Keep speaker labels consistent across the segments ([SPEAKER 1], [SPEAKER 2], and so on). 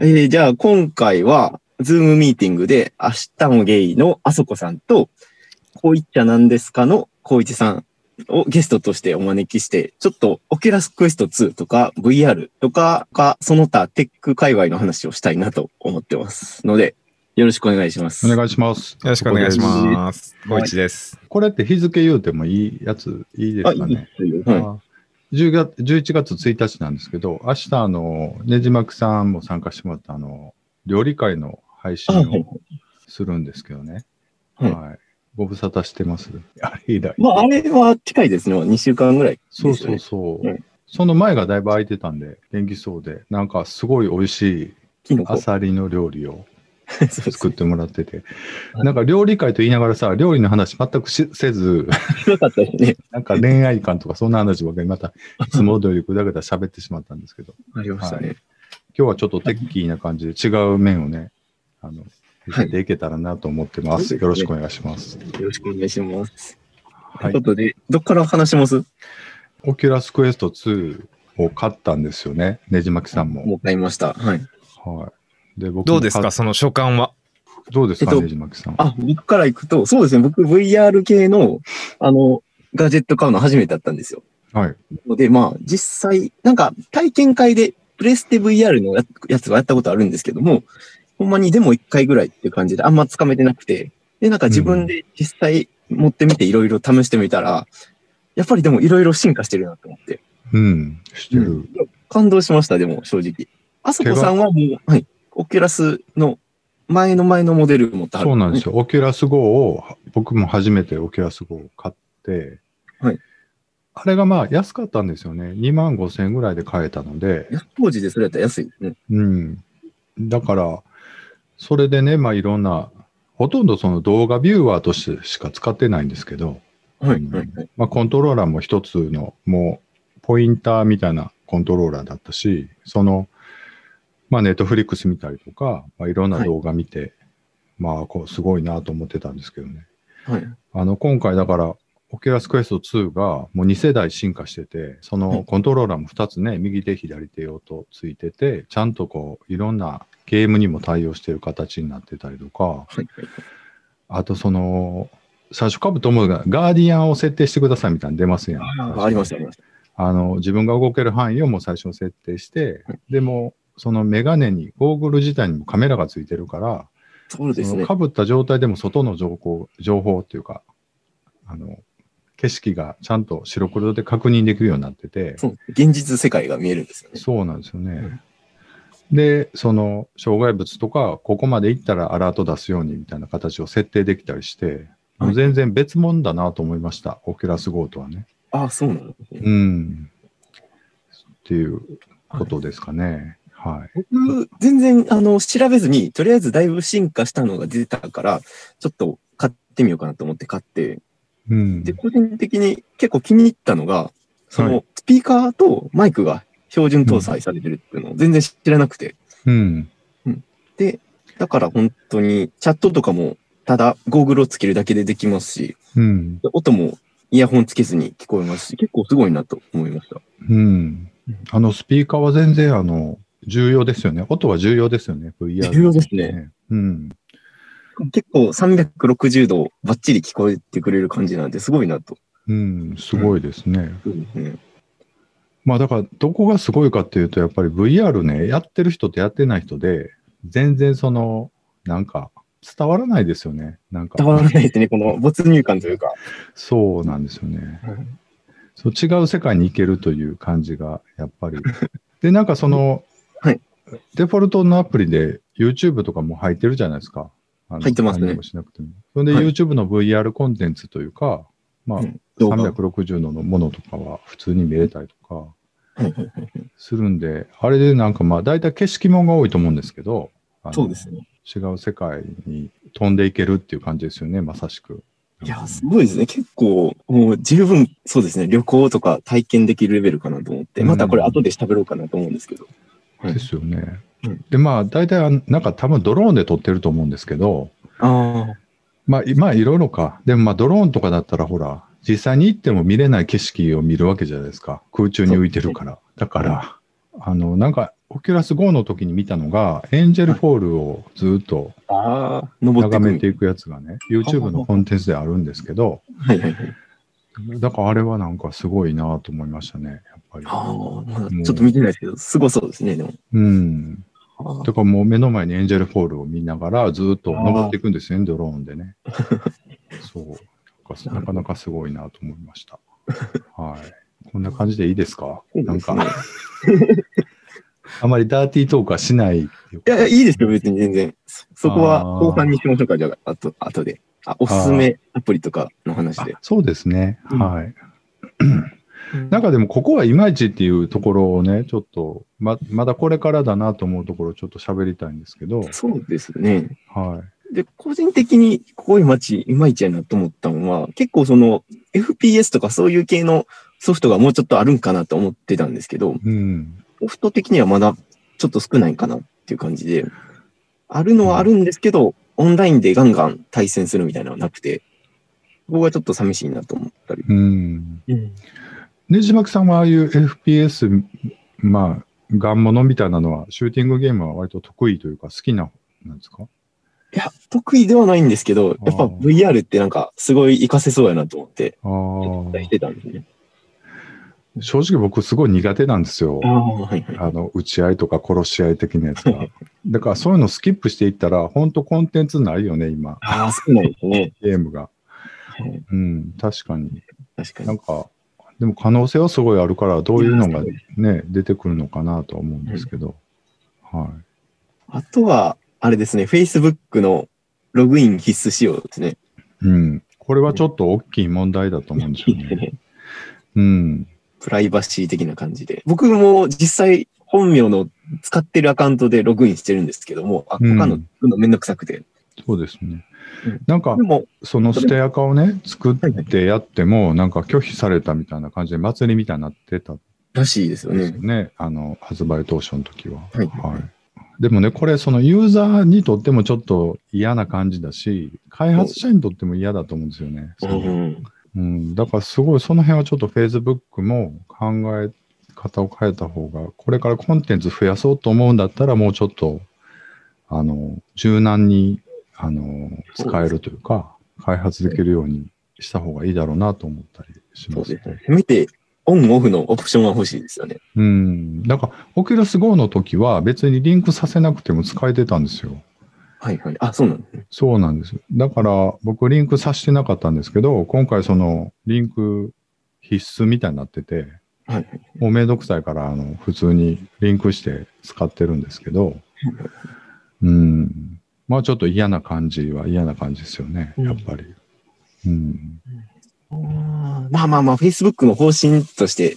[SPEAKER 1] えーじゃあ今回は、ズームミーティングで、明日もゲイのあそこさんと、こういっちゃなんですかのこういちさんをゲストとしてお招きして、ちょっとオキュラスクエスト2とか VR とか、かその他テック界隈の話をしたいなと思ってますので、よろしくお願いします。
[SPEAKER 2] お願いします。
[SPEAKER 3] よろしくお願いします。
[SPEAKER 1] ここ
[SPEAKER 3] こ
[SPEAKER 1] で
[SPEAKER 3] いちです。
[SPEAKER 2] これって日付言うてもいいやつ、いいで
[SPEAKER 1] あ、
[SPEAKER 2] す
[SPEAKER 1] い
[SPEAKER 2] か
[SPEAKER 1] い
[SPEAKER 2] ね
[SPEAKER 1] で。すよ。はい。
[SPEAKER 2] あ10月11月1日なんですけど、明日、あの、ねじまきさんも参加してもらった、あの、料理会の配信
[SPEAKER 1] あはい
[SPEAKER 2] をするんですけどね。
[SPEAKER 1] はい
[SPEAKER 2] はい。ご無沙汰してます。 あれ以来。
[SPEAKER 1] まあ、あれは近いですね。2週間ぐらいです
[SPEAKER 2] そ
[SPEAKER 1] よ
[SPEAKER 2] う
[SPEAKER 1] ね。
[SPEAKER 2] そうそう。
[SPEAKER 1] うん
[SPEAKER 2] その前がだいぶ空いてたんで、元気そうで、なんかすごい美味しい
[SPEAKER 1] キノコ。
[SPEAKER 2] ア
[SPEAKER 1] そう
[SPEAKER 2] サリの料理を
[SPEAKER 1] です
[SPEAKER 2] 作っ
[SPEAKER 1] ね。
[SPEAKER 2] てもらってて、
[SPEAKER 1] はい
[SPEAKER 2] なんか料理会と言いながらさ、料理の話全くしせず、
[SPEAKER 1] よかったですね。
[SPEAKER 2] なんか恋愛観とかそんな話ばっかりまた、いつも通りぐだぐだ喋ってしまったんですけど、
[SPEAKER 1] ありましたね。
[SPEAKER 2] 今日はちょっとテッキーな感じで違う面をね、あの、
[SPEAKER 1] は
[SPEAKER 2] 見
[SPEAKER 1] い
[SPEAKER 2] ていけたらなと思ってま
[SPEAKER 1] そ
[SPEAKER 2] す。
[SPEAKER 1] うですね
[SPEAKER 2] よろしくお願いします。
[SPEAKER 1] よろしくお願いします。という
[SPEAKER 2] はい。
[SPEAKER 1] ことで、どっから話します
[SPEAKER 2] オキュラスクエスト2を買ったんですよね、ねじまきさんも。
[SPEAKER 1] もう買いました。はい。
[SPEAKER 2] はい。で、僕も
[SPEAKER 3] どうですか、
[SPEAKER 2] 買っ
[SPEAKER 3] その所感は。
[SPEAKER 2] どうですか、
[SPEAKER 1] えっと
[SPEAKER 2] ねじまきさん。
[SPEAKER 1] あ、僕から行くと、そうですね。僕 VR 系の、あの、ガジェット買うの初めてだったんですよ。
[SPEAKER 2] はい。
[SPEAKER 1] ので、まあ、実際、なんか体験会で、プレステ VR のややつはやったことあるんですけども、ほんまにでも1回ぐらいっていう感じで、あんまつかめてなくて、で、なんか自分で実際持ってみていろいろ試してみたら、やっぱりでもいろいろ進化してるなと思って、
[SPEAKER 2] うん。してる。
[SPEAKER 1] 感動しました、でも正直。あそこさんはもう、はい、オキュラスの前の前のモデル持ってはる。
[SPEAKER 2] そうなんです
[SPEAKER 1] よ。
[SPEAKER 2] よ。オキュラス GO を、僕も初めてオキュラス GO を買って、
[SPEAKER 1] はい
[SPEAKER 2] あれがまあ安かったんですよね。2万5千円ぐらいで買えたので、
[SPEAKER 1] 当時でそれやったら安いですね。
[SPEAKER 2] うん。だから、それでね、まあいろんな、ほとんどその動画ビューワーとしてしか使ってないんですけど、
[SPEAKER 1] はい、はい、はい。
[SPEAKER 2] まあコントローラーも一つの、もう、ポインターみたいなコントローラーだったし、その、まあネットフリックス見たりとか、まあいろんな動画見て、まあこうすごいなと思ってたんですけどね。
[SPEAKER 1] はい、
[SPEAKER 2] あの、今回だから、オキュラスクエスト2がもう2世代進化してて、そ
[SPEAKER 1] はい
[SPEAKER 2] のコントローラーも2つね、右手左手用とついてて、ちゃんとこう、いろんなゲームにも対応してる形になってたりとか、
[SPEAKER 1] はい。
[SPEAKER 2] あとその、最初、カブトムがガーディアンを設定してくださいみたいに出ますやん。
[SPEAKER 1] あありました、ありました。
[SPEAKER 2] あの、自分が動ける範囲をもう最初に設定して、でも、そのメガネに、ゴーグル自体にもカメラがついてるから、
[SPEAKER 1] そうですね。
[SPEAKER 2] かぶった状態でも外の情報、情報っていうか、あの、景色がちゃんと白黒で確認できるようになってて、
[SPEAKER 1] そう現実世界が見えるんですよね。
[SPEAKER 2] そうなんですよね。で、その、障害物とか、ここまで行ったらアラート出すようにみたいな形を設定できたりして、
[SPEAKER 1] はい
[SPEAKER 2] もう全然別物だなと思いました。オキュラス GO とはね。
[SPEAKER 1] ああ、そうなの、ね
[SPEAKER 2] うん。っていうことですかね。はい。
[SPEAKER 1] 僕、全然、あの、調べずに、とりあえずだいぶ進化したのが出たから、ちょっと買ってみようかなと思って買って、
[SPEAKER 2] うん
[SPEAKER 1] で、。個人的に結構気に入ったのが、そ
[SPEAKER 2] は
[SPEAKER 1] の、スピーカーとマイクが標準搭載されてるっていうのを全然知らなくて、
[SPEAKER 2] うん。
[SPEAKER 1] だから本当に、チャットとかも、ただ、ゴーグルをつけるだけでできますし、
[SPEAKER 2] うん。
[SPEAKER 1] 音もイヤホンつけずに聞こえますし、結構すごいなと思いました。
[SPEAKER 2] うん。あの、スピーカーは全然、あの、重要ですよね。音は重要ですよね。VR。
[SPEAKER 1] 重要ですね。
[SPEAKER 2] うん。
[SPEAKER 1] 結構360度バッチリ聞こえてくれる感じなんで、すごいなと。
[SPEAKER 2] うん、すごいですね。
[SPEAKER 1] うん
[SPEAKER 2] まあ、だから、どこがすごいかっていうと、やっぱり VR ね、やってる人とやってない人で、全然その、なんか、伝わらないですよね。なんか
[SPEAKER 1] 伝、わらないですね、この没入感というか。
[SPEAKER 2] そうなんですよね。
[SPEAKER 1] うん
[SPEAKER 2] そう違う世界に行けるという感じが、やっ ぱり。で、なんかその、
[SPEAKER 1] はい
[SPEAKER 2] デフォルトのアプリで YouTube とかも入ってるじゃないですか。あの
[SPEAKER 1] 入ってますね
[SPEAKER 2] 何もしなくても。それで
[SPEAKER 1] はい
[SPEAKER 2] YouTube の VR コンテンツというか、まあ、
[SPEAKER 1] うん動画
[SPEAKER 2] 360度のものとかは普通に見れたりとか
[SPEAKER 1] はいはいはい
[SPEAKER 2] するんで、あれでなんかまあ、大体景色もんが多いと思うんですけど、あの
[SPEAKER 1] そうですね。
[SPEAKER 2] 違う世界に飛んでいけるっていう感じですよね、まさしく。
[SPEAKER 1] いや、すごいですね。結構、もう十分、そうですね、旅行とか体験できるレベルかなと思って、
[SPEAKER 2] うん
[SPEAKER 1] またこれ後で喋ろうかなと思うんですけど。はい
[SPEAKER 2] ですよね。
[SPEAKER 1] うん
[SPEAKER 2] で、まあ、大体あの、なんか多分ドローンで撮ってると思うんですけど、
[SPEAKER 1] ああ、
[SPEAKER 2] まあ、いまあ、いろいろか。でも、まあ、ドローンとかだったら、ほら、実際に行っても見れない景色を見るわけじゃないですか。空中に浮いてるから。だから、あの、なんか、オキュラス GO の時に見たのが、エンジェルフォールをずっと
[SPEAKER 1] ああ、登ってく
[SPEAKER 2] 眺
[SPEAKER 1] る
[SPEAKER 2] めていくやつがね、YouTube のコンテンツであるんですけど、
[SPEAKER 1] はいはいはい。
[SPEAKER 2] だからあれはなんかすごいなと思いましたね、やっぱり。
[SPEAKER 1] ああ、まだちょっと見てないですけど、すごそうですね、でも。
[SPEAKER 2] うん。
[SPEAKER 1] あ
[SPEAKER 2] だからもう目の前にエンジェルフォールを見ながらずっと登っていくんですよね、ドローンで ね。そうなんか。なかなかすごいなと思いました。はい。こんな感じでいいですか
[SPEAKER 1] ー
[SPEAKER 2] なん
[SPEAKER 1] いい
[SPEAKER 2] か
[SPEAKER 1] で、すね
[SPEAKER 2] あまりダーティートークはしない。い
[SPEAKER 1] いやいや、いいですよ、別に全然。そそこは
[SPEAKER 2] あー
[SPEAKER 1] 後半にしましょうか、じゃあ、あと、あとで。あ、おすすめアプリとかの話で
[SPEAKER 2] あ。そうですね。
[SPEAKER 1] うん
[SPEAKER 2] はい。なんかでもここはいまいちっていうところをね、ちょっとま、まだこれからだなと思うところをちょっと喋りたいんですけど、
[SPEAKER 1] そうですね。
[SPEAKER 2] は
[SPEAKER 1] で、個人的にこういう街、いまいちやなと思ったのは、結構その FPS とかそういう系のソフトがもうちょっとあるんかなと思ってたんですけど、
[SPEAKER 2] い。うん。
[SPEAKER 1] ソフト的にはまだちょっと少ないかなっていう感じで、あるのはあるんですけど、オンラインでガンガン対戦するみたいなのはなくて、ここがちょっと寂しいなと思ったり。
[SPEAKER 2] うん。ねじまきさんはああいう FPS、まあ、ガンモノみたいなのは、シューティングゲームは割と得意というか、好きな、なんですか
[SPEAKER 1] いや、得意ではないんですけど、やっぱ
[SPEAKER 2] あー
[SPEAKER 1] VR ってなんかすごい活かせそうやなと思って、
[SPEAKER 2] あ
[SPEAKER 1] 期待し
[SPEAKER 2] あ。
[SPEAKER 1] てたんですね。
[SPEAKER 2] 正直僕すごい苦手なんですよ
[SPEAKER 1] あ。あ、はいはい。
[SPEAKER 2] あの、打ち合いとか殺し合い的なやつが。だからそういうのスキップしていったら、本当コンテンツないよね、今、
[SPEAKER 1] ああ、少ないですね。
[SPEAKER 2] ゲームが。
[SPEAKER 1] はい
[SPEAKER 2] うん、確かに。
[SPEAKER 1] 確か
[SPEAKER 2] なん
[SPEAKER 1] に。
[SPEAKER 2] か、でも可能性はすごいあるから、どういうのがね、出てくるのかなとは思うんですけど。は
[SPEAKER 1] あとは、あれですね、Facebook のログイン必須仕様ですね。
[SPEAKER 2] い。うん。これはちょっと大きい問題だと思うんですよね。うん。
[SPEAKER 1] プライバシー的な感じで。僕も実際、本名の使ってるアカウントでログインしてるんですけども、あ
[SPEAKER 2] うん
[SPEAKER 1] 他の作るのめんどくさくて。
[SPEAKER 2] そうですね
[SPEAKER 1] うん。
[SPEAKER 2] なんか
[SPEAKER 1] で、も、
[SPEAKER 2] そのステアカをね、作ってやっても、なんか拒否されたみたいな感じで、祭りみたいになってたん
[SPEAKER 1] らしいですよ
[SPEAKER 2] です
[SPEAKER 1] ね
[SPEAKER 2] よ。ね。あの、発売当初の時は。
[SPEAKER 1] はい
[SPEAKER 2] はい。でもね、これ、そのユーザーにとってもちょっと嫌な感じだし、開発者にとっても嫌だと思うんですよね。
[SPEAKER 1] う
[SPEAKER 2] その
[SPEAKER 1] ん
[SPEAKER 2] うん、だからすごいその辺はちょっと Facebook も考え方を変えた方がこれからコンテンツ増やそうと思うんだったらもうちょっとあの柔軟にあの
[SPEAKER 1] そうです
[SPEAKER 2] 使えるというか開発できるようにした方がいいだろうなと思ったりし
[SPEAKER 1] そ
[SPEAKER 2] ま
[SPEAKER 1] う
[SPEAKER 2] す
[SPEAKER 1] ですね。せめて、オンオフのオプションは欲しいですよね。
[SPEAKER 2] うんだから Oculus Go の時は別にリンクさせなくても使えてたんですよ
[SPEAKER 1] はいはい。あ、そうなんですね。
[SPEAKER 2] そうなんですだから僕リンクさせてなかったんですけど今回そのリンク必須みたいになってて
[SPEAKER 1] はいはい。
[SPEAKER 2] もうめんどくさいから、あの、普通にリンクして使ってるんですけど、うん。まあちょっと嫌な感じは嫌な感じですよね、
[SPEAKER 1] うん
[SPEAKER 2] やっぱり。うん。
[SPEAKER 1] あーまあまあまあ、Facebook の方針として、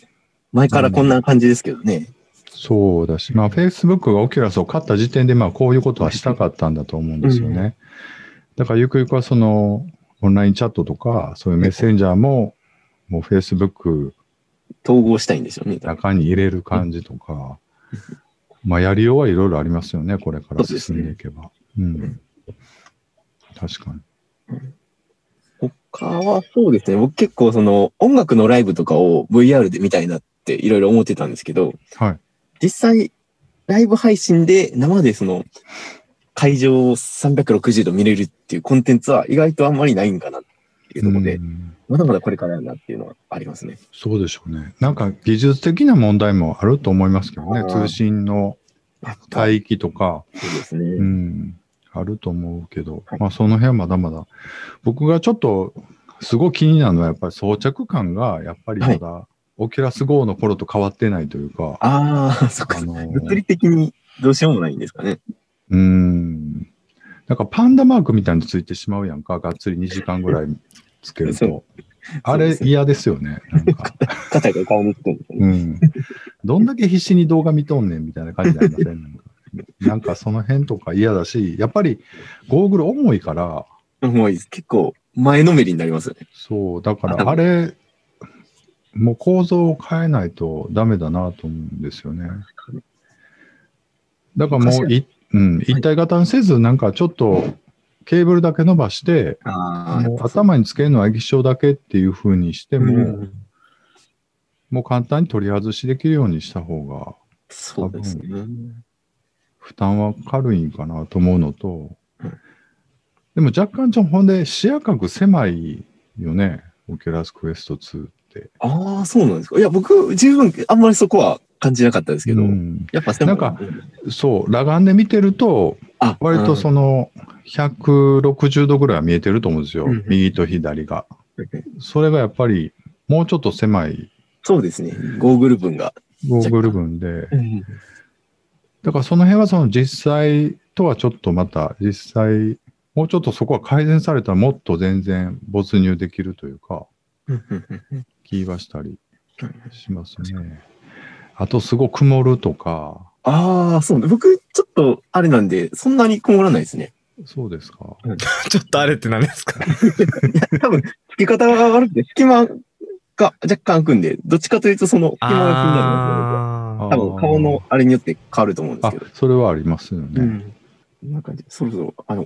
[SPEAKER 1] 前からこんな感じですけどね。
[SPEAKER 2] そうだし、まあ Facebook がオキュラスを買った時点で、まあこういうことはしたかったんだと思うんですよね。だからゆくゆくはその、オンラインチャットとか、そういうメッセンジャーも、もう Facebook
[SPEAKER 1] 統合したいんですよね。多分
[SPEAKER 2] 中に入れる感じとか、まあ、やりようはいろいろありますよね、これから
[SPEAKER 1] そうです
[SPEAKER 2] 進
[SPEAKER 1] ね
[SPEAKER 2] んでいけば。うん。確かに。
[SPEAKER 1] 他はそうですね。僕結構その音楽のライブとかを VR で見たいなっていろいろ思ってたんですけど、
[SPEAKER 2] はい
[SPEAKER 1] 実際ライブ配信で生でその会場を360度見れるっていうコンテンツは意外とあんまりないんかなっていうところで、
[SPEAKER 2] うん
[SPEAKER 1] まだまだこれからやなっていうのはありますね。
[SPEAKER 2] そうでしょうね。なんか技術的な問題もあると思いますけど
[SPEAKER 1] あ
[SPEAKER 2] ね、
[SPEAKER 1] ー
[SPEAKER 2] 通信の
[SPEAKER 1] い。
[SPEAKER 2] 帯域とか、
[SPEAKER 1] そうです
[SPEAKER 2] う
[SPEAKER 1] ね。
[SPEAKER 2] ん、あると思うけど、
[SPEAKER 1] はい
[SPEAKER 2] まあその辺はまだまだ。僕がちょっと、すごい気になるのは、やっぱり装着感が、やっぱりまだ、オキュラス GO の頃と変わってないというか、
[SPEAKER 1] ああ、そっか
[SPEAKER 2] あ。のー
[SPEAKER 1] 物理的にどうしようもないんですかね。
[SPEAKER 2] うーん。なんかパンダマークみたいについてしまうやんか、がっつり2時間ぐらいつけ る
[SPEAKER 1] そ
[SPEAKER 2] と。あれ
[SPEAKER 1] そうですね
[SPEAKER 2] 嫌ですよね。なん か。
[SPEAKER 1] ガチャガチャ顔につくんですよね。
[SPEAKER 2] うん。どんだけ必死に動画見とんねんみたいな感じになりませんなんかなんかその辺とか嫌だし、やっぱりゴーグル重いから、
[SPEAKER 1] もういいです結構前のめりになりますよね。
[SPEAKER 2] そう、だからあれ、もう構造を変えないとダメだなと思うんですよね。だからもうい、うん、一体型にせず、なんかちょっとケーブルだけ伸ばして、
[SPEAKER 1] あ
[SPEAKER 2] もう頭につけるのは液晶だけっていう風にして
[SPEAKER 1] で
[SPEAKER 2] も、もう簡単に取り外しできるようにした方が
[SPEAKER 1] そうですね。
[SPEAKER 2] 負担は軽いんかなと思うのと
[SPEAKER 1] うん、
[SPEAKER 2] でも若干ちょ、ほんで視野角狭いよね、オキュラスクエスト2って。
[SPEAKER 1] ああ、そうなんですか。いや、僕、十分、あんまりそこは感じなかったですけど、
[SPEAKER 2] うん
[SPEAKER 1] やっぱ狭い
[SPEAKER 2] なんか、そう、裸眼で見てると、
[SPEAKER 1] あ
[SPEAKER 2] 割とその160度ぐらいは見えてると思うんですよ、
[SPEAKER 1] うんうん
[SPEAKER 2] 右と左が。
[SPEAKER 1] うん
[SPEAKER 2] それがやっぱりもうちょっと狭い
[SPEAKER 1] そうですね。ゴーグル分が。
[SPEAKER 2] ゴーグル群で、
[SPEAKER 1] うん
[SPEAKER 2] だからその辺はその実際とはちょっとまた実際、もうちょっとそこは改善されたらもっと全然没入できるというか、気はしたりしますね。あとすごい曇るとか、
[SPEAKER 1] ああ、そう。僕、ちょっと、あれなんで、そんなに困らないですね。
[SPEAKER 2] そうですか。
[SPEAKER 3] ちょっとあれって何ですか
[SPEAKER 1] 多分、付け方が悪くて、隙間が若干空くんで、どっちかというと、その隙間が気になる
[SPEAKER 3] あ
[SPEAKER 1] ので、多分、顔のあれによって変わると思うんで
[SPEAKER 2] あ
[SPEAKER 1] すけど。、
[SPEAKER 2] それはありますよ
[SPEAKER 1] う
[SPEAKER 2] ね。
[SPEAKER 1] ん。こんな感じ。そろそろ、あの、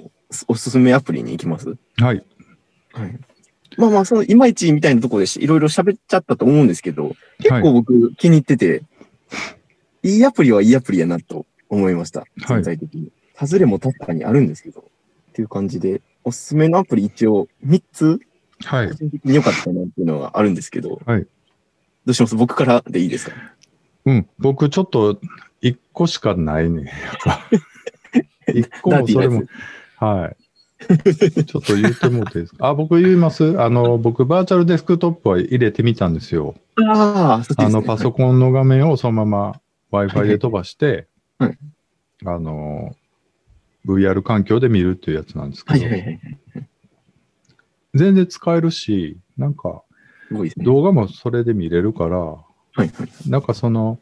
[SPEAKER 1] おすすめアプリに行きます
[SPEAKER 2] はい。
[SPEAKER 1] はい。まあまあ、その、いまいちみたいなところでしいろいろ喋っちゃったと思うんですけど、結構僕気に入ってて、い、いアプリはいいアプリやなと思いました。全体的に。外れも確かにあるんですけど、っていう感じで、おすすめのアプリ一応3つ、
[SPEAKER 2] はい
[SPEAKER 1] 個。人的に良かったなっていうのがあるんですけど、
[SPEAKER 2] はい
[SPEAKER 1] どうします僕からでいいですか
[SPEAKER 2] うん、僕ちょっと一個しかないね。 やっぱ一個もそれも
[SPEAKER 1] ダーティーなや。
[SPEAKER 2] はい。ちょっと言ってもらっていいですか。あ、僕言います。あの、僕バーチャルデスクトップは入れてみたんですよ。
[SPEAKER 1] ああ、そっちで
[SPEAKER 2] あ
[SPEAKER 1] す、ね。
[SPEAKER 2] の、パソコンの画面をそのまま Wi-Fi で飛ばして、
[SPEAKER 1] はいはい
[SPEAKER 2] あの、VR 環境で見るっていうやつなんですけ
[SPEAKER 1] は
[SPEAKER 2] ど、
[SPEAKER 1] いはいはい。
[SPEAKER 2] 全然使えるし、なんか
[SPEAKER 1] すごいですね。
[SPEAKER 2] 動画もそれで見れるから、
[SPEAKER 1] はいはい。
[SPEAKER 2] なんかその、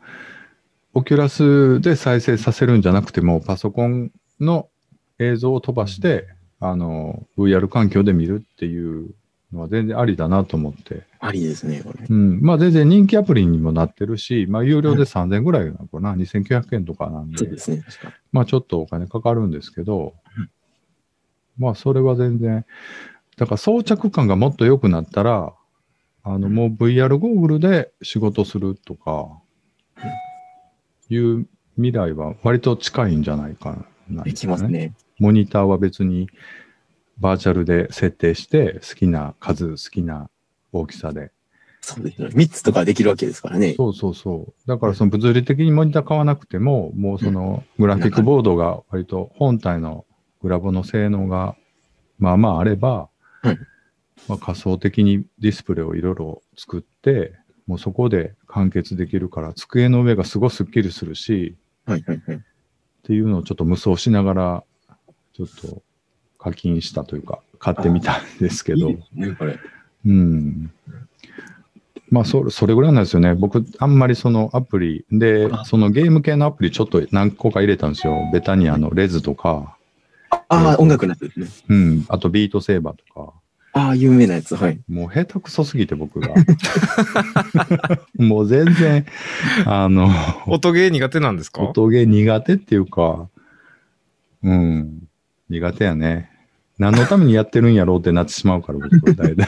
[SPEAKER 2] オキュラスで再生させるんじゃなくても、パソコンの映像を飛ばして、あの、VR 環境で見るっていうのは全然ありだなと思って。
[SPEAKER 1] ありですね、これ。
[SPEAKER 2] うん。まあ全然人気アプリにもなってるし、まあ有料で3000ぐらいなのかな、2900円とかなん
[SPEAKER 1] そ
[SPEAKER 2] で
[SPEAKER 1] う、ですね、確か。
[SPEAKER 2] まあちょっとお金かかるんですけど、まあそれは全然、だから装着感がもっと良くなったら、あのもう VR ゴーグルで仕事するとか、いう未来は割と近いんじゃないかな、
[SPEAKER 1] できます。ね。
[SPEAKER 2] モニターは別にバーチャルで設定して、好きな数、好きな大きさで。
[SPEAKER 1] そうですね。3つとかできるわけですからね。
[SPEAKER 2] そうそうそう。だからその物理的にモニター買わなくても、もうそのグラフィックボードが割と本体のグラボの性能がまあまああれば、
[SPEAKER 1] はい
[SPEAKER 2] まあ仮想的にディスプレイをいろいろ作って、もうそこで完結できるから、机の上がすごいスッキリするし、
[SPEAKER 1] はいはいはい。
[SPEAKER 2] っていうのをちょっと無双しながら、ちょっと課金したというか、買ってみたんですけど。
[SPEAKER 1] いいですね、これ。
[SPEAKER 2] うん。まあそ、それぐらいなんですよね。僕、あんまりそのアプリで、そのゲーム系のアプリちょっと何個か入れたんですよ。ベタニアのレズとか、
[SPEAKER 1] あ
[SPEAKER 2] え
[SPEAKER 1] あ
[SPEAKER 2] ー、と
[SPEAKER 1] 音楽のやつですね。
[SPEAKER 2] うん、あとビートセーバーとか。
[SPEAKER 1] ああ、有名なやつ。はい。
[SPEAKER 2] もう下手くそすぎて僕が。 もう全然、あの、
[SPEAKER 3] 音ゲー苦手なんですか
[SPEAKER 2] 音ゲー苦手っていうか、うん、苦手やね。何のためにやってるんやろうってなってしまうから、僕、大体音ゲ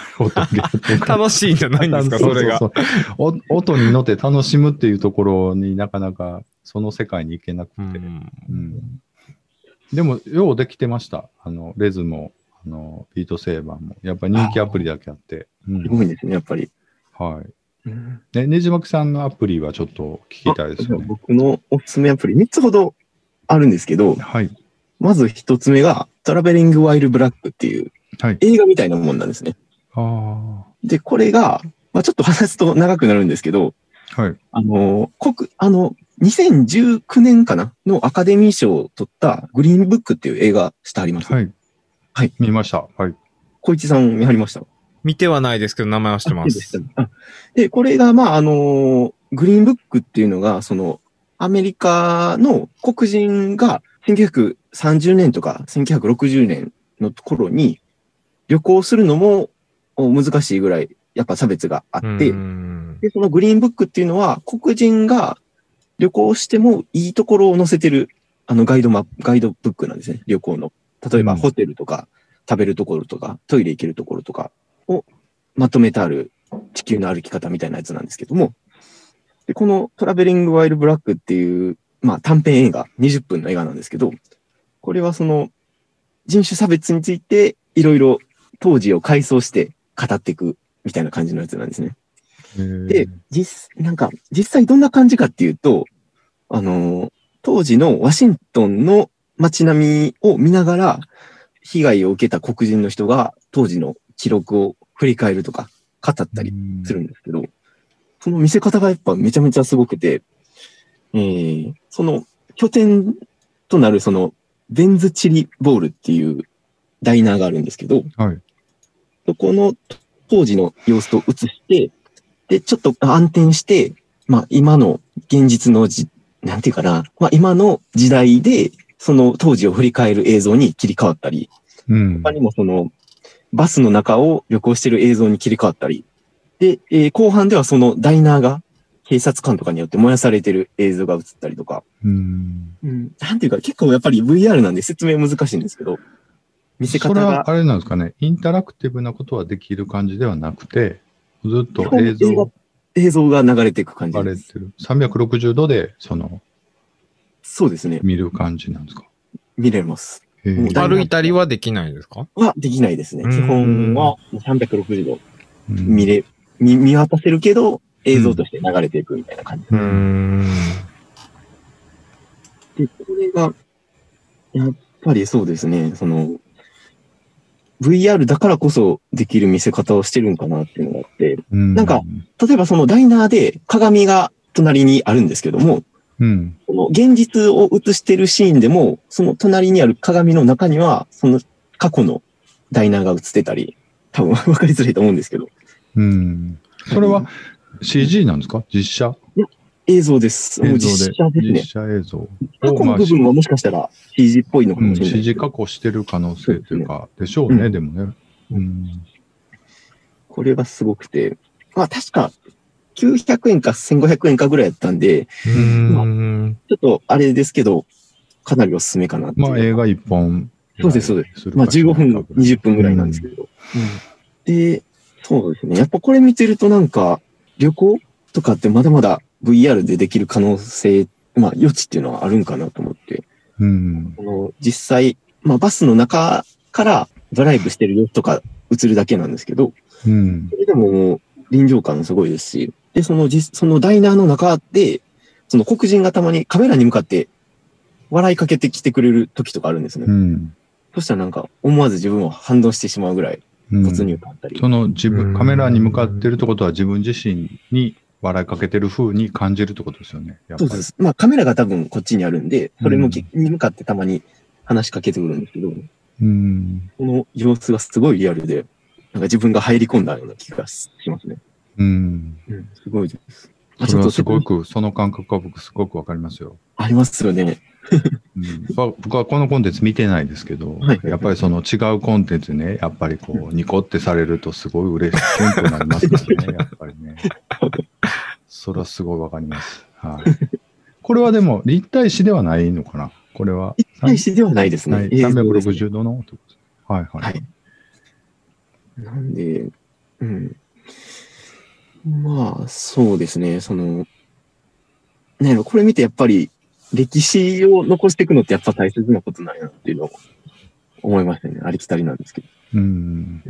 [SPEAKER 2] ーとか。
[SPEAKER 3] 楽しいんじゃないんですかそれが。
[SPEAKER 2] うそうお音に乗って楽しむっていうところになかなかその世界に行けなくて。
[SPEAKER 3] う
[SPEAKER 2] うん
[SPEAKER 3] ん
[SPEAKER 2] でも、ようできてました。あの、レズも、あの、ビートセーバーも。やっぱ人気アプリだけあって。うん
[SPEAKER 1] すごいですね、やっぱり。
[SPEAKER 2] はい。ね、ねじまきさんのアプリはちょっと聞きたいですよ
[SPEAKER 1] あ
[SPEAKER 2] ね。
[SPEAKER 1] 僕のおすすめアプリ3つほどあるんですけど、
[SPEAKER 2] はい。
[SPEAKER 1] まず1つ目が、トラベリング・ワイル・ブラックっていう
[SPEAKER 2] はい。
[SPEAKER 1] 映画みたいなもんなんですね。
[SPEAKER 2] あ
[SPEAKER 1] で、これが、まあ、ちょっと話すと長くなるんですけど、
[SPEAKER 2] あ。はい。
[SPEAKER 1] あの、国、あの、2019年かなのアカデミー賞を取ったグリーンブックっていう映画してあります。
[SPEAKER 2] はい。
[SPEAKER 1] はい。
[SPEAKER 2] 見ました。はい。
[SPEAKER 1] 小市さん見張りました
[SPEAKER 3] 見てはないですけど、名前はしてま
[SPEAKER 1] そう
[SPEAKER 3] す
[SPEAKER 1] で。したねで、これが、まあ、あのーグリーンブックっていうのが、その、アメリカの黒人が1930年とか1960年のところに旅行するのもお難しいぐらい、やっぱ差別があって、
[SPEAKER 3] うん
[SPEAKER 1] で、そのグリーンブックっていうのは、黒人が旅行してもいいところを載せてる、あのガイドマップ、ガイドブックなんですね、旅行の。例えば
[SPEAKER 2] うん
[SPEAKER 1] ホテルとか、食べるところとか、トイレ行けるところとかをまとめてある地球の歩き方みたいなやつなんですけども、でで、このトラベリング・ワイル・ブラックっていう、まあ短編映画、20分の映画なんですけど、これはその人種差別についていろいろ当時を回想して語っていくみたいな感じのやつなんですね。
[SPEAKER 2] え
[SPEAKER 1] で、実、なんか、実際どんな感じかっていうと、あのー、当時のワシントンの街並みを見ながら、被害を受けた黒人の人が当時の記録を振り返るとか、語ったりするんですけど、その見せ方がやっぱめちゃめちゃすごくて、えーその拠点となるそのベンズチリボールっていうダイナーがあるんですけど、
[SPEAKER 2] はい
[SPEAKER 1] そこの当時の様子と映して、で、ちょっと暗転して、まあ今の現実のじ、なんていうかな、まあ今の時代で、その当時を振り返る映像に切り替わったり、
[SPEAKER 2] うん
[SPEAKER 1] 他にもその、バスの中を旅行してる映像に切り替わったり、で、えー後半ではそのダイナーが警察官とかによって燃やされてる映像が映ったりとか、
[SPEAKER 2] うん
[SPEAKER 1] なんていうか結構やっぱり VR なんで説明難しいんですけど、見せ方
[SPEAKER 2] それ
[SPEAKER 1] が
[SPEAKER 2] はあれなんですかね、インタラクティブなことはできる感じではなくて、ずっと映像
[SPEAKER 1] 映画
[SPEAKER 2] が
[SPEAKER 1] 映像が流れていく感じ
[SPEAKER 2] 流
[SPEAKER 1] で
[SPEAKER 2] れ
[SPEAKER 1] す。
[SPEAKER 2] てる。360度でその
[SPEAKER 1] そうですね。
[SPEAKER 2] 見る感じなんですか。
[SPEAKER 1] 見れます。
[SPEAKER 2] へー
[SPEAKER 1] もうだいぶ
[SPEAKER 3] 歩いたりはできないですか
[SPEAKER 1] はできないですね。
[SPEAKER 3] うん
[SPEAKER 1] 基本は360度
[SPEAKER 2] うん
[SPEAKER 1] 見れ、見見渡せるけど、映像として流れていくみたいな感じ。
[SPEAKER 3] うーん。
[SPEAKER 1] で、これが、やっぱりそうですね、その、VR だからこそできる見せ方をしてるんかなっていうのがあって、
[SPEAKER 2] な
[SPEAKER 1] なんか、例えばそのダイナーで鏡が隣にあるんですけども、
[SPEAKER 2] うん。
[SPEAKER 1] その現実を映してるシーンでも、その隣にある鏡の中には、その過去のダイナーが映ってたり、多分分かりづらいと思うんですけど、
[SPEAKER 2] うん。それは CG なんですか実写
[SPEAKER 1] 映像です。も
[SPEAKER 2] 映
[SPEAKER 1] う
[SPEAKER 2] 像
[SPEAKER 1] 実
[SPEAKER 2] で
[SPEAKER 1] 写。ですね
[SPEAKER 2] 実。写映像を。
[SPEAKER 1] 過去
[SPEAKER 2] ま
[SPEAKER 1] の
[SPEAKER 2] あ
[SPEAKER 1] 部分はもしかしたら CG っぽいのか
[SPEAKER 2] うん
[SPEAKER 1] もしれないで
[SPEAKER 2] CG
[SPEAKER 1] すけど、
[SPEAKER 2] 加工してる可能性というか、でしょうね、
[SPEAKER 1] うん
[SPEAKER 2] でもね。うん。
[SPEAKER 1] これがすごくて、まあ確か900円か1500円かぐらいやったんで、
[SPEAKER 3] うーん。
[SPEAKER 1] ちょっとあれですけど、かなりおすすめかなっていう
[SPEAKER 2] まあ映画1本。。
[SPEAKER 1] そうですそうですまあ15分、20分ぐらいなんですけど。で、そうですね。やっぱこれ見てるとなんか、旅行とかってまだまだ VR でできる可能性、まあ余地っていうのはあるんかなと思って、
[SPEAKER 2] うん。
[SPEAKER 1] あの実際、まあバスの中からドライブしてる様子とか映るだけなんですけど、
[SPEAKER 2] うん。
[SPEAKER 1] それでももう臨場感すごいですし、で、その実、そのダイナーの中で、その黒人がたまにカメラに向かって笑いかけてきてくれる時とかあるんですね。
[SPEAKER 2] うん。
[SPEAKER 1] そしたらなんか思わず自分を反動してしまうぐらい
[SPEAKER 2] うん
[SPEAKER 1] 突入感あったり、
[SPEAKER 2] その自
[SPEAKER 3] うん
[SPEAKER 2] 分、カメラに向かってるってことは自分自身に笑いかけてる風に感じるってことですよね。やっ
[SPEAKER 1] そ
[SPEAKER 2] ぱ
[SPEAKER 1] う
[SPEAKER 2] り
[SPEAKER 1] です。まあカメラが多分こっちにあるんで、それ向きに向かってたまに話しかけてくるんですけど、
[SPEAKER 2] うん。
[SPEAKER 1] この様子がすごいリアルで、なんか自分が入り込んだような気がしますね。
[SPEAKER 2] うん。
[SPEAKER 1] うん、すごいです。あ
[SPEAKER 2] それはすご
[SPEAKER 1] 説
[SPEAKER 2] く、その感覚は僕すごくわかりますよ。
[SPEAKER 1] 明ありますよね。
[SPEAKER 2] うん、まあ僕はこのコンテンツ見てないですけど、
[SPEAKER 1] はい
[SPEAKER 2] やっぱりその違うコンテンツね、やっぱりこう、ニコってされるとすごい嬉しい、キュンとなりますか らね、やっぱりね。それはすごいわかります。はい。これはでも、立体視ではないのかなこれは。
[SPEAKER 1] 一対一ではないです
[SPEAKER 2] は
[SPEAKER 1] ね
[SPEAKER 2] い。
[SPEAKER 1] 映像ですね
[SPEAKER 2] 360度のってことですねはいはい。
[SPEAKER 1] はいなんで、うん。まあ、そうですね。その、なんやろ、これ見てやっぱり歴史を残していくのってやっぱ大切なことなんやなっていうのを思いましたね。ありきたりなんですけど。
[SPEAKER 2] うん。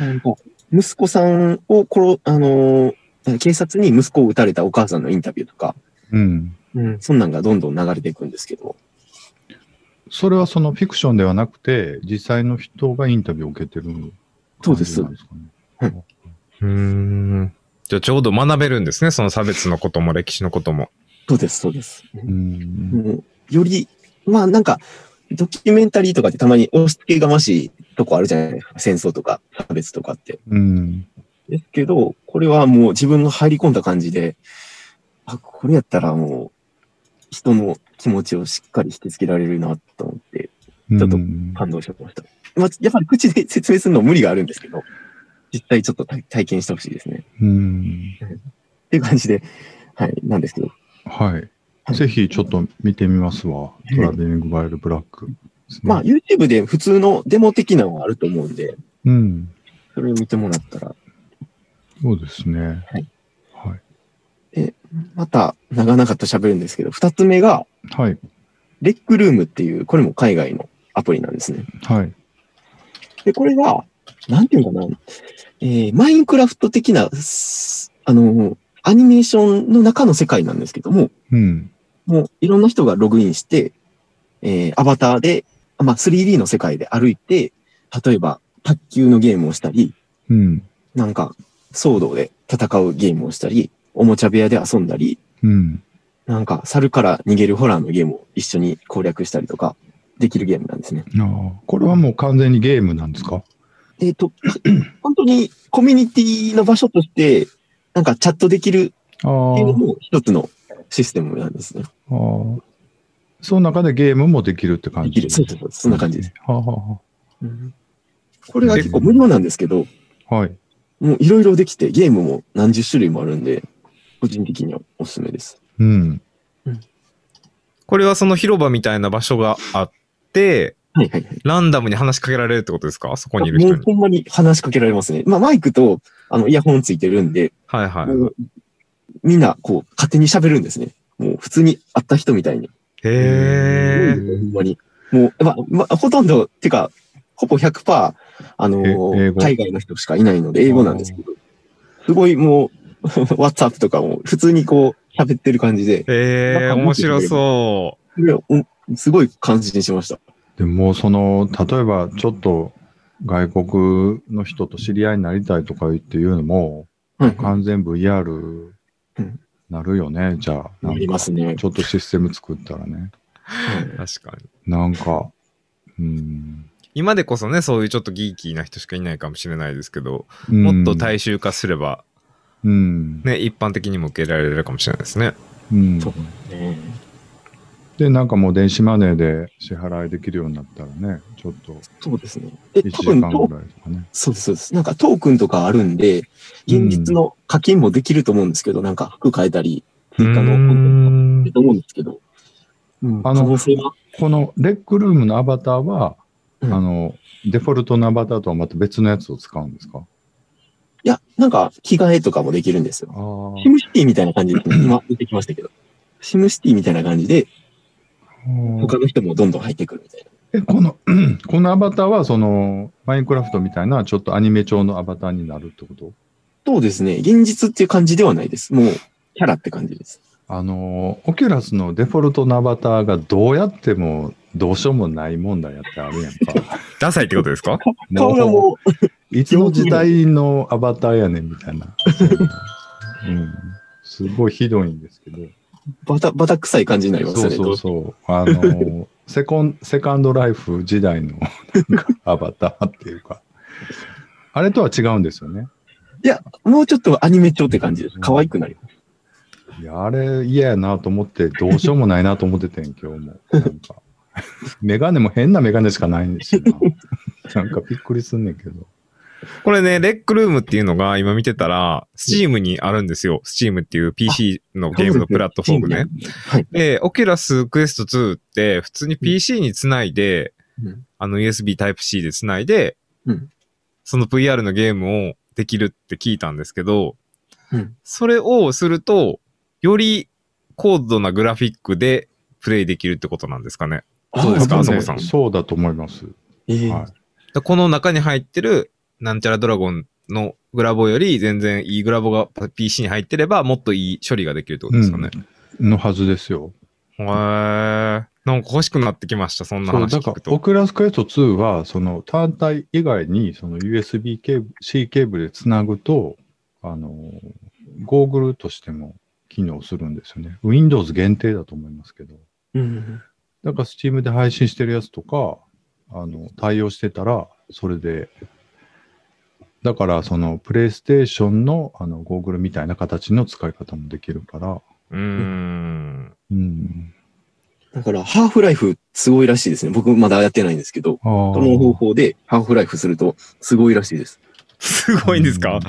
[SPEAKER 1] なんか、息子さんを殺、あのー警察に息子を撃たれたお母さんのインタビューとか、
[SPEAKER 2] うん。
[SPEAKER 1] そんなんがどんどん流れていくんですけど、
[SPEAKER 2] それはそのフィクションではなくて、実際の人がインタビューを受けてる感じなん
[SPEAKER 1] そうです
[SPEAKER 2] ですかね。
[SPEAKER 3] うーん。じゃあちょうど学べるんですね。その差別のことも歴史のことも。
[SPEAKER 1] そうです、そうです。
[SPEAKER 2] うん。
[SPEAKER 1] もうより、まあなんか、ドキュメンタリーとかってたまに押し付けがましいとこあるじゃないですか。戦争とか差別とかって。
[SPEAKER 2] うん。
[SPEAKER 1] ですけど、これはもう自分の入り込んだ感じで、あ、これやったらもう、人の気持ちをしっかり引きつけられるなと思って
[SPEAKER 2] ち
[SPEAKER 1] ょっと感動しました。まあ、やっぱり口で説明するのは無理があるんですけど、実際ちょっと体体験してほしいですね。
[SPEAKER 2] うん。
[SPEAKER 1] っていう感じで、はい、なんですけど。
[SPEAKER 2] はい。
[SPEAKER 1] はい
[SPEAKER 2] ぜひちょっと見てみますわ。
[SPEAKER 1] い
[SPEAKER 2] トラベリング・バイル・ブラックですね、
[SPEAKER 1] まあ YouTube で普通のデモ的なのはあると思うんで、
[SPEAKER 2] うん。
[SPEAKER 1] それを見てもらったら
[SPEAKER 2] そうですね。
[SPEAKER 1] はい
[SPEAKER 2] はい。
[SPEAKER 1] で、また長々と喋るんですけど、二つ目が、
[SPEAKER 2] はい。
[SPEAKER 1] レックルームっていう、これも海外のアプリなんですね。
[SPEAKER 2] はい。
[SPEAKER 1] で、これが、なんていうのかな、えーマインクラフト的な、すあの、アニメーションの中の世界なんですけども、
[SPEAKER 2] うん。
[SPEAKER 1] もういろんな人がログインして、えーアバターで、まあ、3D の世界で歩いて、例えば、卓球のゲームをしたり、
[SPEAKER 2] うん。
[SPEAKER 1] なんか、騒動で戦うゲームをしたり、おもちゃ部屋で遊んだり、
[SPEAKER 2] うん。
[SPEAKER 1] なんか、猿から逃げるホラーのゲームを一緒に攻略したりとか、できるゲームなんですね。
[SPEAKER 2] ああ、これはもう完全にゲームなんですか
[SPEAKER 1] えっ、 と、本当にコミュニティの場所として、なんかチャットできる
[SPEAKER 2] ああ
[SPEAKER 1] っていうのも一つのシステムなんですね。
[SPEAKER 2] ああ。その中でゲームもできるって感
[SPEAKER 1] で
[SPEAKER 2] じ
[SPEAKER 1] きる。そうそうそう。そんな感じです。。
[SPEAKER 2] はあ、は
[SPEAKER 1] うんこれが結構無料なんですけど、
[SPEAKER 2] あ、はい。
[SPEAKER 1] もういろいろできて、ゲームも何十種類もあるんで、個人的にはおすすめです。
[SPEAKER 2] うん。
[SPEAKER 3] これはその広場みたいな場所があって、
[SPEAKER 1] はいはいはい。
[SPEAKER 3] ランダムに話しかけられるってことですかそこにいる
[SPEAKER 1] も
[SPEAKER 3] 人
[SPEAKER 1] う
[SPEAKER 3] に。
[SPEAKER 1] ほんまに話しかけられますね。まあマイクとあのイヤホンついてるんで、
[SPEAKER 3] はいはい。
[SPEAKER 1] もうみんなこう勝手に喋るんですね。もう普通に会った人みたいに。ほ
[SPEAKER 3] へー。
[SPEAKER 1] んまに。もう、まあ、まあ、ほとんど、てか、ほぼ100%、あの
[SPEAKER 2] え英
[SPEAKER 1] ー
[SPEAKER 2] 語
[SPEAKER 1] 海外の人しかいないので、英語なんですけど、すごいもう、WhatsApp とかも普通にこう、喋ってる感じで、
[SPEAKER 3] えー、面白そ
[SPEAKER 1] それをうんすごい感心しました。
[SPEAKER 2] でも、その、例えば、ちょっと、外国の人と知り合いになりたいとか言っていうのも、
[SPEAKER 1] はい。
[SPEAKER 2] 完全 VR
[SPEAKER 1] うん
[SPEAKER 2] なるよね、じゃあ。な
[SPEAKER 1] あ
[SPEAKER 2] ん
[SPEAKER 1] りま
[SPEAKER 2] か
[SPEAKER 1] すね。
[SPEAKER 2] ちょっとシステム作ったらね。
[SPEAKER 3] う。確かに。
[SPEAKER 2] なんか、うん。
[SPEAKER 3] 今でこそね、そういうちょっとギーキーな人しかいないかもしれないですけど、
[SPEAKER 2] も
[SPEAKER 3] もっと大衆化すれば、
[SPEAKER 2] うん。
[SPEAKER 3] ね、一般的にも受けられるかもしれないですね。
[SPEAKER 2] うん
[SPEAKER 1] そうね
[SPEAKER 2] で、なんかもう電子マネーで支払いできるようになったらね、ちょっと
[SPEAKER 1] そうですね。で、
[SPEAKER 2] 1
[SPEAKER 1] 多
[SPEAKER 2] 時
[SPEAKER 1] 分
[SPEAKER 2] 間ぐらいとかね。
[SPEAKER 1] そうです、そうです。なんかトークンとかあるんで、現実の課金もできると思うんですけど、なんか服変えたり、追加のコンテンツもい
[SPEAKER 3] うー
[SPEAKER 1] い
[SPEAKER 3] ん
[SPEAKER 1] と思うんですけど、うん、
[SPEAKER 2] あ
[SPEAKER 1] 可
[SPEAKER 2] の
[SPEAKER 1] 能性は、
[SPEAKER 2] このレックルームのアバターは、
[SPEAKER 1] うん
[SPEAKER 2] あの、デフォルトのアバターとはまた別のやつを使うんですか
[SPEAKER 1] いや、なんか着替えとかもできるんです
[SPEAKER 2] あ
[SPEAKER 1] よ。
[SPEAKER 2] あ。
[SPEAKER 1] シムシティみたいな感じで、今出てきましたけど、シムシティみたいな感じで、他の人もどんどん入ってくるみたいな。
[SPEAKER 2] え、この、 このアバターは、その、マインクラフトみたいな、ちょっとアニメ調のアバターになるってこと
[SPEAKER 1] そうですね、現実っていう感じではないです。もう、キャラって感じです。
[SPEAKER 2] あの、オキュラスのデフォルトのアバターがどうやっても、どうしようもない問題やってあるやんか。
[SPEAKER 3] ダサいってことですか
[SPEAKER 1] 顔がもう、
[SPEAKER 2] いつの時代のアバターやねんみた いな。うん。すごいひどいんですけど。
[SPEAKER 1] バタ、バタ臭い感じになります
[SPEAKER 2] そ
[SPEAKER 1] よ
[SPEAKER 2] う
[SPEAKER 1] ね。
[SPEAKER 2] そうそう。あの、セコン、セカンドライフ時代のなんかアバターっていうか。あれとは違うんですよね。
[SPEAKER 1] もうちょっとアニメ調って感じです。可愛くなります。
[SPEAKER 2] いや、あれ嫌やなと思って、どうしようもないなと思っててん、今日も。なんか。メガネも変なメガネしかないんですよな。なんかびっくりすんねんけど。
[SPEAKER 3] これね、レックルームっていうのが今見てたら、スチームにあるんですよ。スチームっていう PC のゲームのプラットフォームね。。
[SPEAKER 1] はい。
[SPEAKER 3] で、オキュラスクエスト2って普通に PC につないで、
[SPEAKER 1] うん
[SPEAKER 3] あの USB Type-C でつないで、
[SPEAKER 1] うん
[SPEAKER 3] その VR のゲームをできるって聞いたんですけど、
[SPEAKER 1] うん
[SPEAKER 3] それをすると、より高度なグラフィックでプレイできるってことなんですかね。そうですか
[SPEAKER 2] 多分ね
[SPEAKER 3] あそこさん
[SPEAKER 2] そうだと思います。
[SPEAKER 1] えー
[SPEAKER 2] は
[SPEAKER 3] だこの中に入ってる、なんちゃらドラゴンのグラボより全然いいグラボが PC に入ってれば、もっといい処理ができるってことですかね。
[SPEAKER 2] い。のはずですよ。
[SPEAKER 3] へ、ー。なんか欲しくなってきました、そんな
[SPEAKER 2] そう、
[SPEAKER 3] 話
[SPEAKER 2] だ
[SPEAKER 3] 聞
[SPEAKER 2] か
[SPEAKER 3] く
[SPEAKER 2] ら、オ
[SPEAKER 3] と。
[SPEAKER 2] クラスクエスト2は、その単体以外に、その USB ケーブル、C ケーブルでつなぐと、あの、ゴーグルとしても機能するんですよね。Windows 限定だと思いますけど。
[SPEAKER 1] うん
[SPEAKER 2] だから Steam で配信してるやつとか、あの、対応してたら、それで、だから、その、プレイステーションの、あの、ゴーグルみたいな形の使い方もできるから、
[SPEAKER 3] うーん。
[SPEAKER 2] うん。
[SPEAKER 1] だから、ハーフライフすごいらしいですね。僕まだやってないんですけど、
[SPEAKER 2] ああ。
[SPEAKER 1] この方法でハーフライフするとすごいらしい です。
[SPEAKER 3] すごいんですか、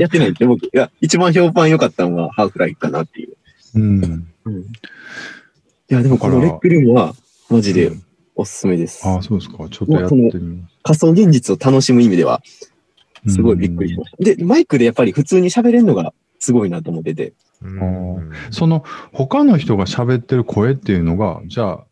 [SPEAKER 1] やってないんで、僕。いや、一番評判良かったのはハーフライフかなっていう。
[SPEAKER 2] うん。
[SPEAKER 1] いや、でもこのレックルームはマジでおすすめです。
[SPEAKER 2] ああ、そうですか。ちょっとやってみます。
[SPEAKER 1] 仮想現実を楽しむ意味ではすごいびっくりしました。で、マイクでやっぱり普通に喋れるのがすごいなと思ってて。
[SPEAKER 3] うん
[SPEAKER 2] その他の人が喋ってる声っていうのが、じゃあ、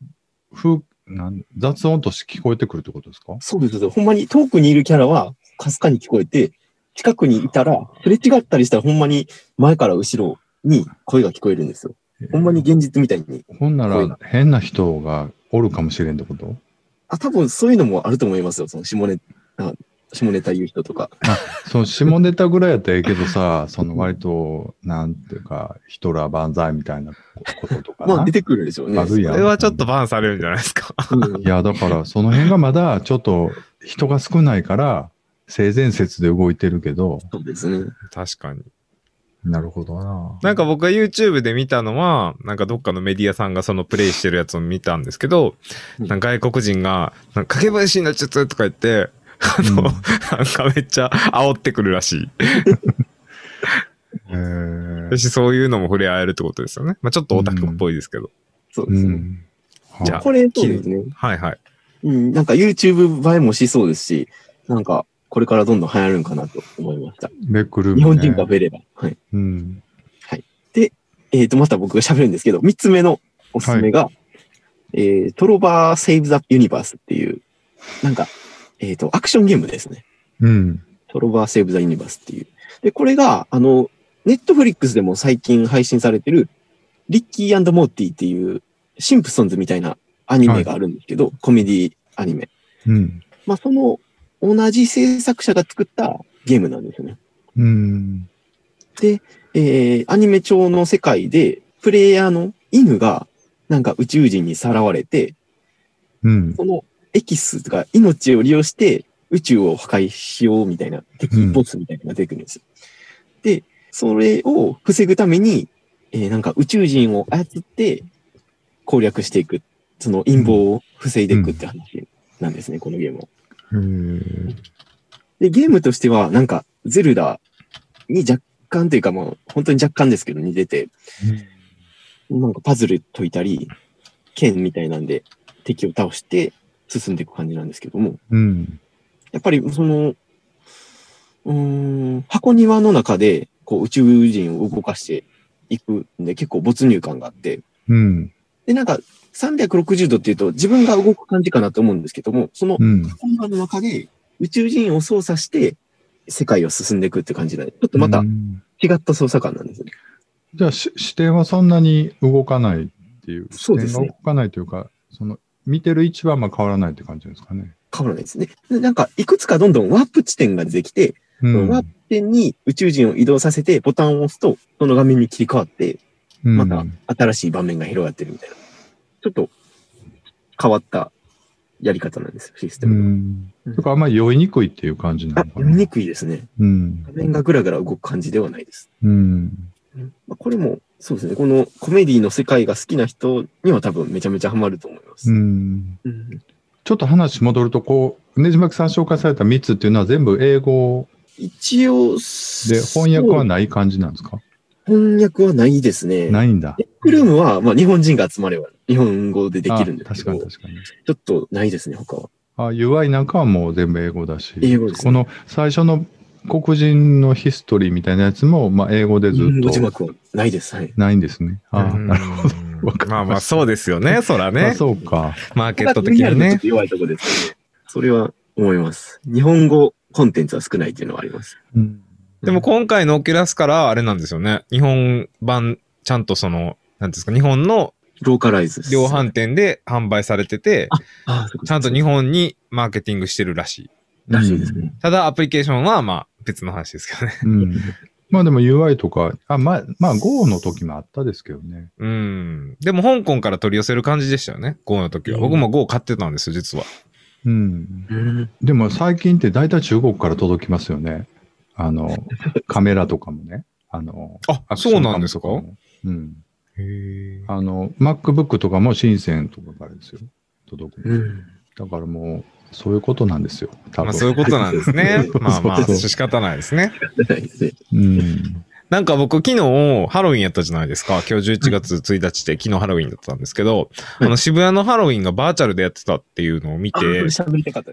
[SPEAKER 2] 風なん雑音として聞こえてくるってことですか
[SPEAKER 1] そうですそうです。ほんまに遠くにいるキャラはかすかに聞こえて、近くにいたら、すれ違ったりしたらほんまに前から後ろに声が聞こえるんですよ。ほんまに現実みたいに。
[SPEAKER 2] ほんな
[SPEAKER 1] 声
[SPEAKER 2] ら
[SPEAKER 1] が
[SPEAKER 2] 変な人がおるかもしれんってこと
[SPEAKER 1] あ、多分そういうのもあると思いますよ。その下ネタ、下ネタ言う人とか。
[SPEAKER 2] その下ネタぐらいやったらええけどさ、その割と、なんていうか、ヒトラー万歳みたいなこととかな。
[SPEAKER 1] まあ出てくるでしょうね。
[SPEAKER 2] ある やん
[SPEAKER 3] それはちょっとバンされるんじゃないですか。
[SPEAKER 1] うん
[SPEAKER 2] いや、だから、その辺がまだちょっと人が少ないから、性善説で動いてるけど、
[SPEAKER 1] そうですね。
[SPEAKER 3] 確かに。
[SPEAKER 2] なるほどな。
[SPEAKER 3] なんか僕が YouTube で見たのは、なんかどっかのメディアさんがそのプレイしてるやつを見たんですけど、
[SPEAKER 1] うん
[SPEAKER 3] なんか外国人が、なんか掛け林になっちゃったとか言って、あの、
[SPEAKER 2] うん
[SPEAKER 3] なんかめっちゃ煽ってくるらしい。
[SPEAKER 2] へー
[SPEAKER 3] 私そういうのも触れ合えるってことですよね。まあちょっとオタクっぽいですけど。
[SPEAKER 1] そう
[SPEAKER 2] う
[SPEAKER 1] ですね。
[SPEAKER 2] ん。
[SPEAKER 3] じゃあ
[SPEAKER 1] これ、そうですね。
[SPEAKER 3] はいはい。
[SPEAKER 1] うん、なんか YouTube 映えもしそうですし、なんかこれからどんどん流行るんかなと思いました。
[SPEAKER 2] ベックルーム、ね。
[SPEAKER 1] 日本人が増えれば。はい。
[SPEAKER 2] うん。
[SPEAKER 1] えっ、と、また僕が喋るんですけど、三つ目のおすすめが、えートロバー・セイブ・ザ・ユニバースっていう、なんか、えっ、と、アクションゲームですね。
[SPEAKER 2] うん。
[SPEAKER 1] トロバー・セーブ・ザ・ユニバースっていう。で、これが、あの、ネットフリックスでも最近配信されてる、リッキーモーティっていう、シンプソンズみたいなアニメがあるんですけど、コメディアニメ。
[SPEAKER 2] うん。
[SPEAKER 1] まあ、その、同じ制作者が作ったゲームなんですよね。
[SPEAKER 2] うん。
[SPEAKER 1] えー、アニメ調の世界で、プレイヤーの犬が、なんか宇宙人にさらわれて、
[SPEAKER 2] うん。
[SPEAKER 1] そのエキスが命を利用して宇宙を破壊しようみたいな、敵ボスみたいなのが出てくるんですよ。で、それを防ぐために、えーなんか宇宙人を操って攻略していく、その陰謀を防いでいくって話なんですね、このゲームは。
[SPEAKER 2] へー
[SPEAKER 1] で、ゲームとしては、なんか、ゼルダに若干というか、もう本当に若干ですけど、似てて、なんかパズル解いたり、剣みたいなんで敵を倒して進んでいく感じなんですけども、
[SPEAKER 2] うん。
[SPEAKER 1] やっぱりその、うーん、箱庭の中でこう宇宙人を動かしていくんで、結構没入感があって、
[SPEAKER 2] うん。
[SPEAKER 1] で、なんか360度っていうと自分が動く感じかなと思うんですけども、その
[SPEAKER 2] うん。
[SPEAKER 1] 箱庭の中で宇宙人を操作して世界を進んでいくって感じなんで、ちょっとまた
[SPEAKER 2] うん
[SPEAKER 1] 違った操作感なんですよね。
[SPEAKER 2] じゃあ、し視点はそんなに動かないっていう。
[SPEAKER 1] そうですね
[SPEAKER 2] 視点が動かないというか、その、見てる位置はあんま変わらないって感じですかね。
[SPEAKER 1] 変わらないですね。でなんか、いくつかどんどんワープ地点が出てきて、
[SPEAKER 2] う
[SPEAKER 1] そのワープ点に宇宙人を移動させて、ボタンを押すと、その画面に切り替わって、
[SPEAKER 2] うん
[SPEAKER 1] また新しい場面が広がってるみたいな。ちょっと変わったやり方なんですよ、システ
[SPEAKER 2] う
[SPEAKER 1] ム。
[SPEAKER 2] ん。とか、あんまり酔いにくいっていう感じな
[SPEAKER 1] あ、
[SPEAKER 2] のか
[SPEAKER 1] 読み
[SPEAKER 2] な。
[SPEAKER 1] にくいですね。
[SPEAKER 2] うん
[SPEAKER 1] 画。面がぐらぐら動く感じではないです。
[SPEAKER 2] うん。
[SPEAKER 1] まあ、これも、そうですね。このコメディの世界が好きな人には多分めちゃめちゃハマると思いま
[SPEAKER 2] う
[SPEAKER 1] す。
[SPEAKER 2] ん。
[SPEAKER 1] うん
[SPEAKER 2] ちょっと話戻ると、こう、ねじまきさん紹介された3つっていうのは全部英語
[SPEAKER 1] 一応、
[SPEAKER 2] で
[SPEAKER 1] で
[SPEAKER 2] 翻訳はない感じなんですか
[SPEAKER 1] 翻訳はないですね。
[SPEAKER 2] ないんだ。
[SPEAKER 1] ネックルームは、まあ、日本人が集まれば日本語でできるんですけ
[SPEAKER 2] あ
[SPEAKER 1] ど、
[SPEAKER 2] 確かに
[SPEAKER 1] ち
[SPEAKER 2] 確かに。
[SPEAKER 1] ょっとないですね、他は。
[SPEAKER 2] あ、UI なんかはもう全部英語だし。
[SPEAKER 1] 英語ですね
[SPEAKER 2] この最初の黒人のヒストリーみたいなやつも、まあ、英語でず
[SPEAKER 1] 日本
[SPEAKER 2] っ
[SPEAKER 1] 語字
[SPEAKER 2] と
[SPEAKER 1] 幕はないです。はい。
[SPEAKER 2] ないんですね。あ、
[SPEAKER 3] うん
[SPEAKER 2] なるほど。わかりました
[SPEAKER 3] まあまあそうですよね、そら
[SPEAKER 2] あ
[SPEAKER 3] ね。
[SPEAKER 2] そうか。
[SPEAKER 3] マーケット的に
[SPEAKER 1] ちょっ
[SPEAKER 3] ね。
[SPEAKER 1] と弱いとこですけどね、それは思います。日本語コンテンツは少ないっていうのはあります。
[SPEAKER 2] うん。
[SPEAKER 3] でも今回のオキュラスからあれなんですよね。日本版、ちゃんとその、なんていうんですか、日本の
[SPEAKER 1] ローカライズです。
[SPEAKER 3] 量販店で販売されてて、
[SPEAKER 1] あそうか
[SPEAKER 3] ちゃんと日本にマーケティングしてるらしい。
[SPEAKER 1] らしいですね。
[SPEAKER 3] ただアプリケーションはまあ別の話ですけどね。
[SPEAKER 2] うん。まあでも UI とか、あ、まあ、まあ GO の時もあったですけどね。
[SPEAKER 3] うん。でも香港から取り寄せる感じでしたよね。GO の時は。僕も GO 買ってたんですよ、実は。
[SPEAKER 2] うん。
[SPEAKER 1] うん。
[SPEAKER 2] でも最近って大体中国から届きますよね。あの、カメラとかもね。あの、
[SPEAKER 3] あ、
[SPEAKER 2] アクショ
[SPEAKER 3] そう
[SPEAKER 2] ンカ
[SPEAKER 3] な
[SPEAKER 2] ム
[SPEAKER 3] んですか
[SPEAKER 2] ともうん。
[SPEAKER 3] へえ。
[SPEAKER 2] あの、MacBook とかも深センとかからですよ。届く
[SPEAKER 1] う
[SPEAKER 2] の。
[SPEAKER 1] ん。
[SPEAKER 2] だからもう、そういうことなんですよ。多分。。
[SPEAKER 3] まあそういうことなんですね
[SPEAKER 2] そうそう
[SPEAKER 3] まあまあ、仕方ないですね。
[SPEAKER 1] ないですね。
[SPEAKER 2] うん。
[SPEAKER 3] なんか僕昨日ハロウィンやったじゃないですか。今日11月1日で昨日ハロウィンだったんですけど、
[SPEAKER 1] うん
[SPEAKER 3] あの渋谷のハロウィンがバーチャルでやってたっていうのを見
[SPEAKER 1] あ、これ
[SPEAKER 3] て、
[SPEAKER 1] 喋りたかったです。